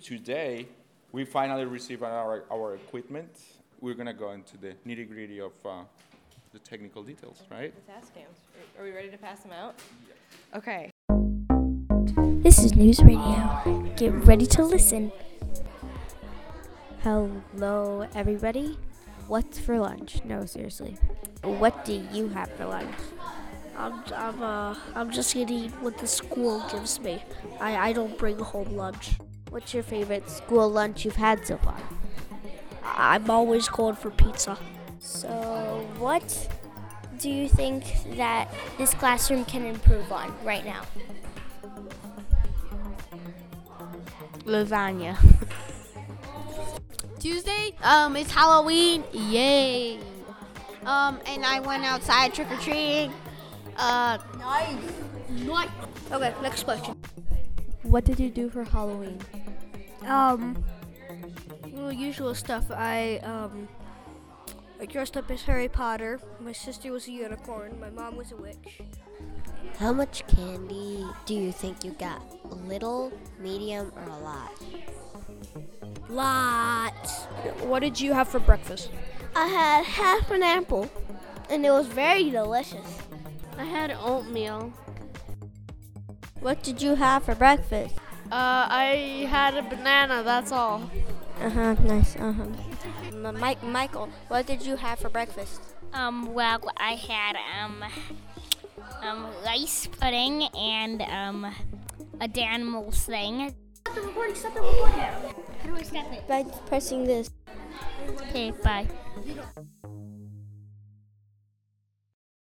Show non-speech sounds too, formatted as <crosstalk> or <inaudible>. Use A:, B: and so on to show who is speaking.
A: today, we finally received our, our equipment. We're gonna go into the nitty gritty of uh, the technical details, right?
B: Let's ask him. Are we ready to pass them out? Okay.
C: This is News Radio. Get ready to listen. Hello, everybody. What's for lunch? No, seriously. What do you have for lunch?
D: I'm, I'm, uh, I'm just eating what the school gives me. I, I don't bring home lunch.
C: What's your favorite school lunch you've had so far?
D: I- I'm always going for pizza.
E: So, what do you think that this classroom can improve on right now?
F: lasagna. <laughs> Tuesday, um, it's Halloween. Yay! Um, and I went outside trick or treating. Uh,
D: Okay, next question.
C: What did you do for Halloween?
G: Um, well, usual stuff. I um, I dressed up as Harry Potter. My sister was a unicorn. My mom was a witch.
H: How much candy do you think you got? Little, medium, or a lot?
D: Lots. What did you have for breakfast?
E: I had half an apple, and it was very delicious.
F: I had oatmeal.
C: What did you have for breakfast?
F: Uh, I had a banana. That's all.
C: Uh huh, nice, uh huh. Mike, Michael, what did you have for breakfast?
I: Um, well, I had um, um, rice pudding and um, a Danimals thing. Stop the recording! Stop the recording! How do I stop it?
C: By pressing this.
I: Okay, bye.